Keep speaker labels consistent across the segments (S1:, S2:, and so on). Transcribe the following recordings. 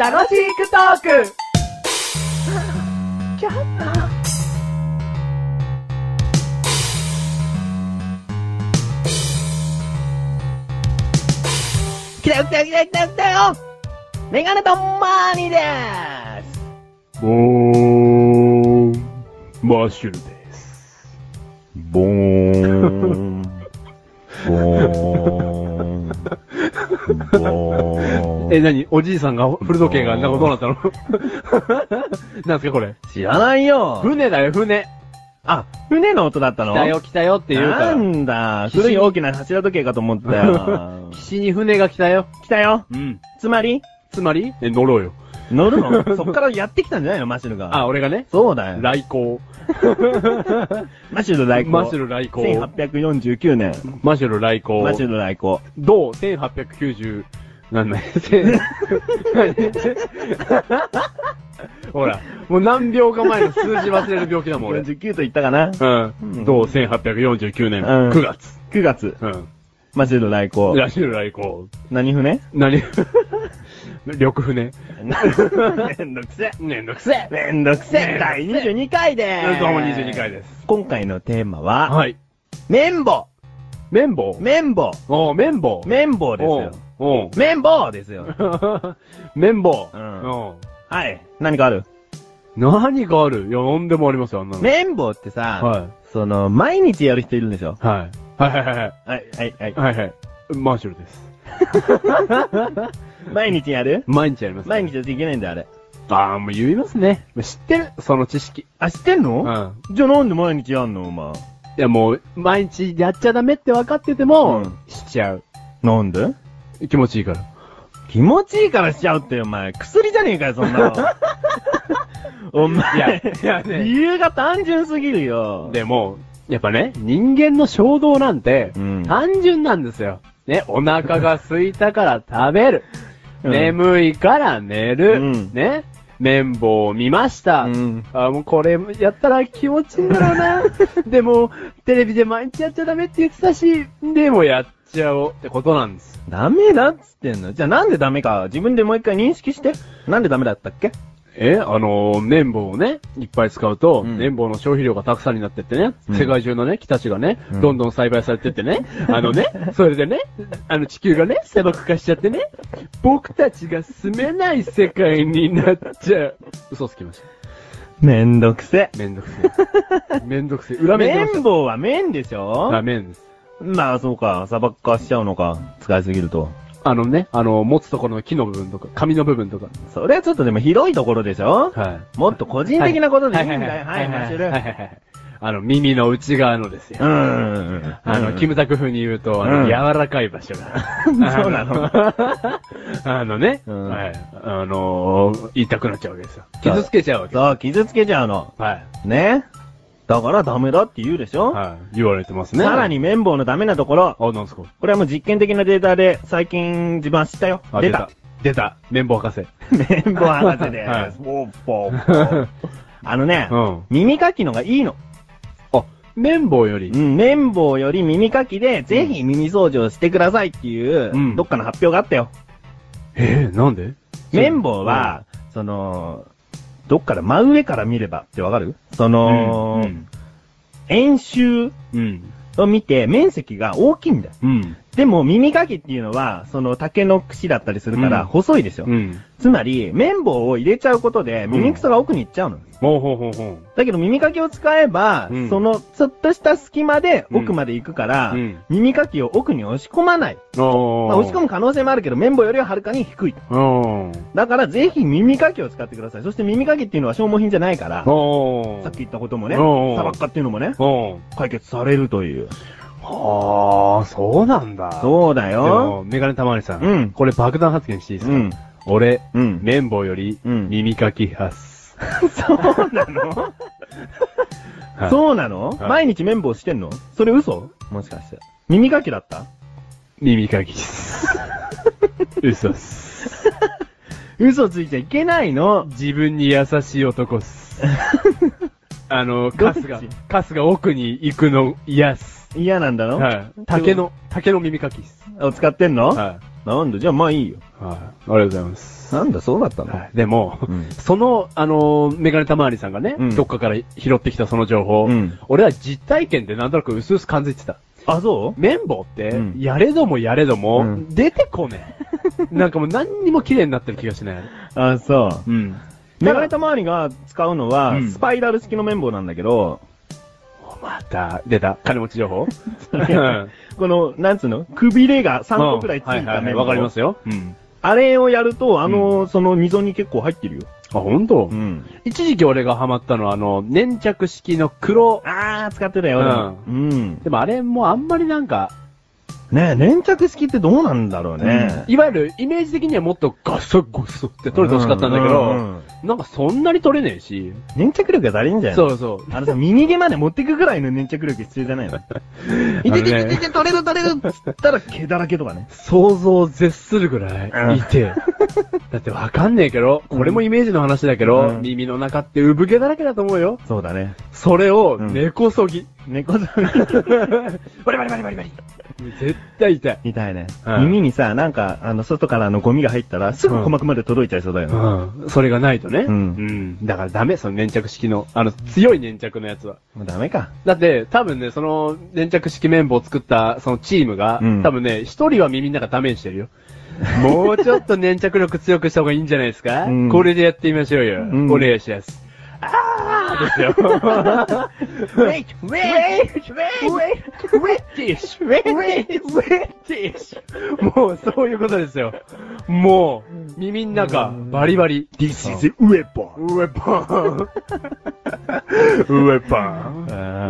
S1: 楽しくトーク
S2: 来たよ来たよ来たよ来たよ来たよメガネとマーニーです
S3: ボーン、マッシュルです。
S4: ボー ン。ボーン。ボー
S3: え、
S4: ン。
S3: なにおじいさんが、古時計が、なんかどうなったの なんすかこれ。
S2: 知らないよ
S3: 船だよ、船。
S2: あ、船の音だったの
S3: 来たよ、来たよって言うか
S2: な
S3: ら。。
S2: んだ、古い大きな柱時計かと思ったよ
S3: 岸に船が来たよ。
S2: 来たよ
S3: うん。
S2: つまり
S3: つまりえ、乗ろうよ。
S2: 乗る のそっからやってきたんじゃないのマシュルが。
S3: あ、俺がね。
S2: そうだよ。
S3: 来航。
S2: マシュル来航。
S3: マシュル来航。
S2: 1849年。
S3: マシュル来航。
S2: マシュル来航。
S3: どう ?1890、なん だよ。千ほら、もう何秒か前の数字忘れる病気だもん、俺。
S2: 49と言ったかな
S3: うん。どう ?1849 年
S2: うん
S3: 9月。
S2: ?9 月。
S3: うん。
S2: マシュル来航。
S3: ラシュル来航。
S2: 何船
S3: 何 緑船。
S2: めんどくせ。
S3: めんどくせえ。
S2: めんどくせ。第22回でーす。
S3: どうも22回です。
S2: 今回のテーマは、
S3: はい。
S2: 綿棒
S3: 綿棒
S2: 綿棒
S3: おう、綿棒。
S2: 綿棒ですよ。
S3: おう。
S2: 綿棒ですよ。
S3: おう 綿棒。
S2: うん
S3: お
S2: はい。何かある
S3: う何かあるいや、何でもありますよ、あんなの。
S2: 綿棒ってさ、
S3: は
S2: その、毎日やる人いるんでしょ
S3: い。はい。はいはいはい。
S2: はい、はい、はい。
S3: はいはい。マーシュル です。
S2: 毎日やる
S3: 毎日やります、
S2: 毎日。やっていけないんだ、あれ。
S3: ああ、もう言いますね。知ってるその知識。
S2: あ、知ってんの
S3: うん。
S2: じゃあなんで毎日やんのお前。
S3: いやもう、毎日やっちゃダメって分かってても、
S2: うん
S3: しちゃう。
S2: なんで
S3: 気持ちいいから。
S2: 気持ちいいからしちゃうって、お前。薬じゃねえかよ、そんなの。 お
S3: いや、
S2: 前
S3: い、や
S2: 理
S3: ね。
S2: 由が単純すぎるよ。
S3: でも、やっぱね、人間の衝動なんて
S2: うん、
S3: 単純なんですよ。ね、お腹が空いたから食べる。
S2: うん
S3: 眠いから寝る。
S2: うん
S3: ね、綿棒を見ました。
S2: うん
S3: あ、もうこれやったら気持ちいいんだろう な。でも、テレビで毎日やっちゃダメって言ってたし、でもやっちゃおうってことなんです。
S2: ダメだっつってんの。じゃあなんでダメか、自分でもう一回認識して。なんでダメだったっけ
S3: え、あのー、綿棒をね、いっぱい使うと、
S2: うん
S3: 綿棒の消費量がたくさんになってってね、
S2: うん
S3: 世界中のね、木たちがね、
S2: うん
S3: どんどん栽培されてって ね、あのね、それでね、あの地球がね、砂漠化しちゃってね、僕たちが住めない世界になっちゃう。嘘つきまし
S2: めんどくせ。
S3: た。めんどくせ え。めんどくせえ。裏面出まし。
S2: 綿棒は綿でしたょ
S3: 裏面です。
S2: まあそうか、砂漠化しちゃうのか、使いすぎると。
S3: あのね、あの、持つところの木の部分とか、紙の部分とか。
S2: それはちょっとでも広いところでしょ
S3: はい。
S2: もっと個人的なことでいいんだよ。
S3: は
S2: はい
S3: はい
S2: い、マ
S3: は
S2: シ
S3: い
S2: ュ
S3: はいは
S2: ル
S3: い。はい。あの、耳の内側のですよ。
S2: うん。
S3: あの、キムタク風に言うと、あの、
S2: うん
S3: 柔らかい場所が。
S2: そうなの
S3: あの あのね、
S2: うん
S3: はい。あのー、言いたくなっちゃうわけですよ。傷つけちゃうわけ。
S2: そう、傷つけちゃうの。
S3: はい。
S2: ね。だからダメだって言うでしょ、
S3: はい。言われてますね。
S2: さらに。綿棒のダメなところ、
S3: あ、なんですか
S2: これはもう実験的なデータで最近自慢したよ。
S3: あ
S2: 出た。。
S3: 出た。綿棒 博士。
S2: 綿棒博士で
S3: はい
S2: す。ポッポッポッあのね、
S3: うん
S2: 耳かきのがいいの。
S3: あ、綿棒より
S2: う。ん、綿棒より耳かきで、ぜひ耳掃除をしてくださいっていう、
S3: うん
S2: どっかの発表があったよ。
S3: えー、なんで
S2: 綿棒、は、その、どっから、真上から見ればってわかるそ
S3: うん
S2: の、
S3: うん
S2: 円周
S3: うん。
S2: を見て面積が大きいんだよ。
S3: うん。
S2: でも耳かきっていうのは、その竹の串だったりするか
S3: う
S2: ら
S3: ん
S2: 細いですよ。
S3: うん。
S2: つまり、綿棒を入れちゃうことで耳草が奥に行っちゃうの。
S3: ほうほうほうほ
S2: だけど耳かきを使えば、
S3: うん
S2: そのちょっとした隙間で奥まで行くから、
S3: うん
S2: 耳かきを奥に押し込まない。
S3: う。お
S2: まあ、押し込む可能性もあるけど、綿棒よりははるかに低い。
S3: む。おー
S2: だからぜひ耳かきを使ってください。そして耳かきっていうのは消耗品じゃないから、
S3: おー
S2: さっき言ったこともね、
S3: おー
S2: 砂漠化っていうのもね、
S3: おー
S2: 解決されるという。
S3: はあ、そうなんだ。
S2: そうだ
S3: でも
S2: よ。
S3: メガネたまりさん。
S2: うん
S3: これ爆弾発言していいです
S2: う
S3: か、
S2: ん。
S3: 俺、
S2: うん
S3: 綿棒より、
S2: うん
S3: 耳かき発す。
S2: そうなの
S3: はい
S2: そうなの、
S3: はい
S2: 毎日綿棒してんのそれ嘘もしかして。耳かきだった
S3: 耳かきっ す。嘘っす。
S2: 嘘ついちゃいけないの。
S3: 自分に優しい男っ す。あの、
S2: ど
S3: カ
S2: っち
S3: スが、カスが奥に行くの嫌っす。
S2: 嫌なんだろ
S3: はい。竹の、竹の耳かきっす。
S2: を使ってんの、
S3: は
S2: なんだ、じゃあまあいいよ。
S3: はい。ありがとうございます。
S2: なんだ、そうだったの、
S3: はい、でも、
S2: うん
S3: その、あのーメガネたまわりさんがね、
S2: うん
S3: どっかから拾ってきたその情報、
S2: うん
S3: 俺は実体験でなんとなく薄々感じてた。
S2: あ、そう
S3: 綿棒って、
S2: うん
S3: やれどもやれども、
S2: うん
S3: 出てこね え。なんかもう何にも綺麗になってる気がしない。
S2: あ、そう。
S3: うん。
S2: メガネたまわりが使うのは、
S3: うん
S2: スパイラル式の綿棒なんだけど、
S3: また、出た。金持ち情 報うん
S2: この、なんつうのくびれが3個くらいつい
S3: はいは
S2: た
S3: いはい
S2: 綿棒。
S3: わかりますよ。
S2: うん。あれをやると、あの、その溝に結構入ってるよ。
S3: あ、本当、
S2: ん。
S3: 一時期俺がハマったのは、あの、粘着式の黒。
S2: あー、使ってたよ、
S3: う
S2: うん。
S3: でもあれもあんまりなんか、
S2: ねえ、粘着式ってどうなんだろうね。
S3: いわゆるイメージ的にはもっとガソゴソって取れてほしかったんだけど、
S2: うんうんうん
S3: なんかそんなに取れねえし。
S2: 粘着力が足りんじゃん。。
S3: そううそう。
S2: あのさ、ミニゲまで持ってくぐらいの粘着力必要じゃないのいててててて、取れる取れるっつったら毛だらけとかね。
S3: 想像を絶するぐら
S2: う
S3: い
S2: ん
S3: いて。だってわかんねえけど、これもイメージの話だけど、
S2: うん
S3: 耳の中って産毛だらけだと思うよ。
S2: そうだね。
S3: それを
S2: うん
S3: 根こそぎ。
S2: 猫さん
S3: バリバリバリバリバリ。絶対痛い。
S2: みたいね
S3: う。ん
S2: 耳にさ、なんか、あの、外からのゴミが入ったら、すぐ鼓膜まで届いちゃいそうだよね。
S3: うん。それがないとね。
S2: うん
S3: うんだからダメ、その粘着式の。あの、強い粘着のやつは。
S2: もうダメか。
S3: だって、多分ね、その、粘着式綿棒を作った、そのチームが、
S2: うん
S3: 多分ね、一人は耳の中ダメにして るよ。もうちょっと粘着力強くした方がいいんじゃないですか、
S2: うん
S3: これでやってみましょうよ。
S2: うん
S3: お願いします。あーですよ。
S1: Wait, wait, wait, wait,
S3: British!
S1: wait, wait.
S3: British! もう、そういうことですよ。もう、耳の中、バリバリ。
S2: This is weapon.
S3: ウェポ ンウェポ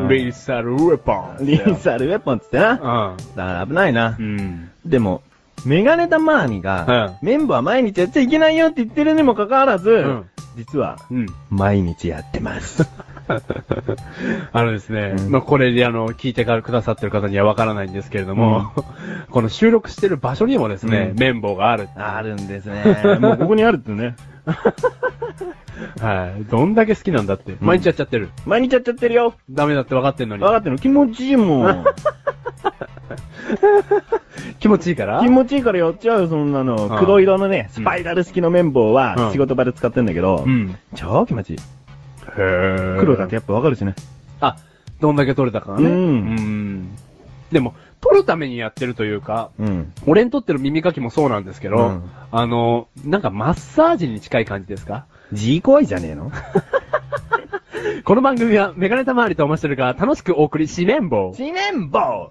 S3: ンレイサルウェポン
S2: リンサルウェポンっつってな。だから危ないな
S3: う。ん。
S2: でも、メガネタマーニが、メンバー毎日やっちゃいけないよって言ってるにもかかわらず、
S3: ん
S2: 実は、
S3: うん。
S2: 毎日やってます。
S3: あのですね、
S2: うん
S3: まあこれであの、聞いてくださってる方にはわからないんですけれども、 この収録してる場所にもですね
S2: う、ん
S3: 綿棒がある。
S2: あるんですね。もうここにあるってね。
S3: はい。どんだけ好きなんだって。毎日やっちゃってる。
S2: 毎日やっちゃってるよ。
S3: ダメだって分かってんのに
S2: 分。かってるの気持ちい いもん。
S3: 気持ちいいから
S2: 気持ちいいからやっちゃうよ、そんなの。
S3: うん
S2: 黒色のね、
S3: うん
S2: スパイラル式の綿棒
S3: うん
S2: は仕事場で使ってんだけど
S3: う、ん。
S2: 超気持ちいい。
S3: へ
S2: 黒だって。やっぱわかるしね。
S3: あ、どんだけ取れたからね。
S2: うん
S3: んでも、取るためにやってるというか、
S2: うん。
S3: 俺にとっての耳かきもそうなんですけど、
S2: うん
S3: あの、なんかマッサージに近い感じですか
S2: G 怖いじゃねえの
S3: この番組はメガネたまわりとおましてるが楽しくお送りし綿棒。
S2: 知念棒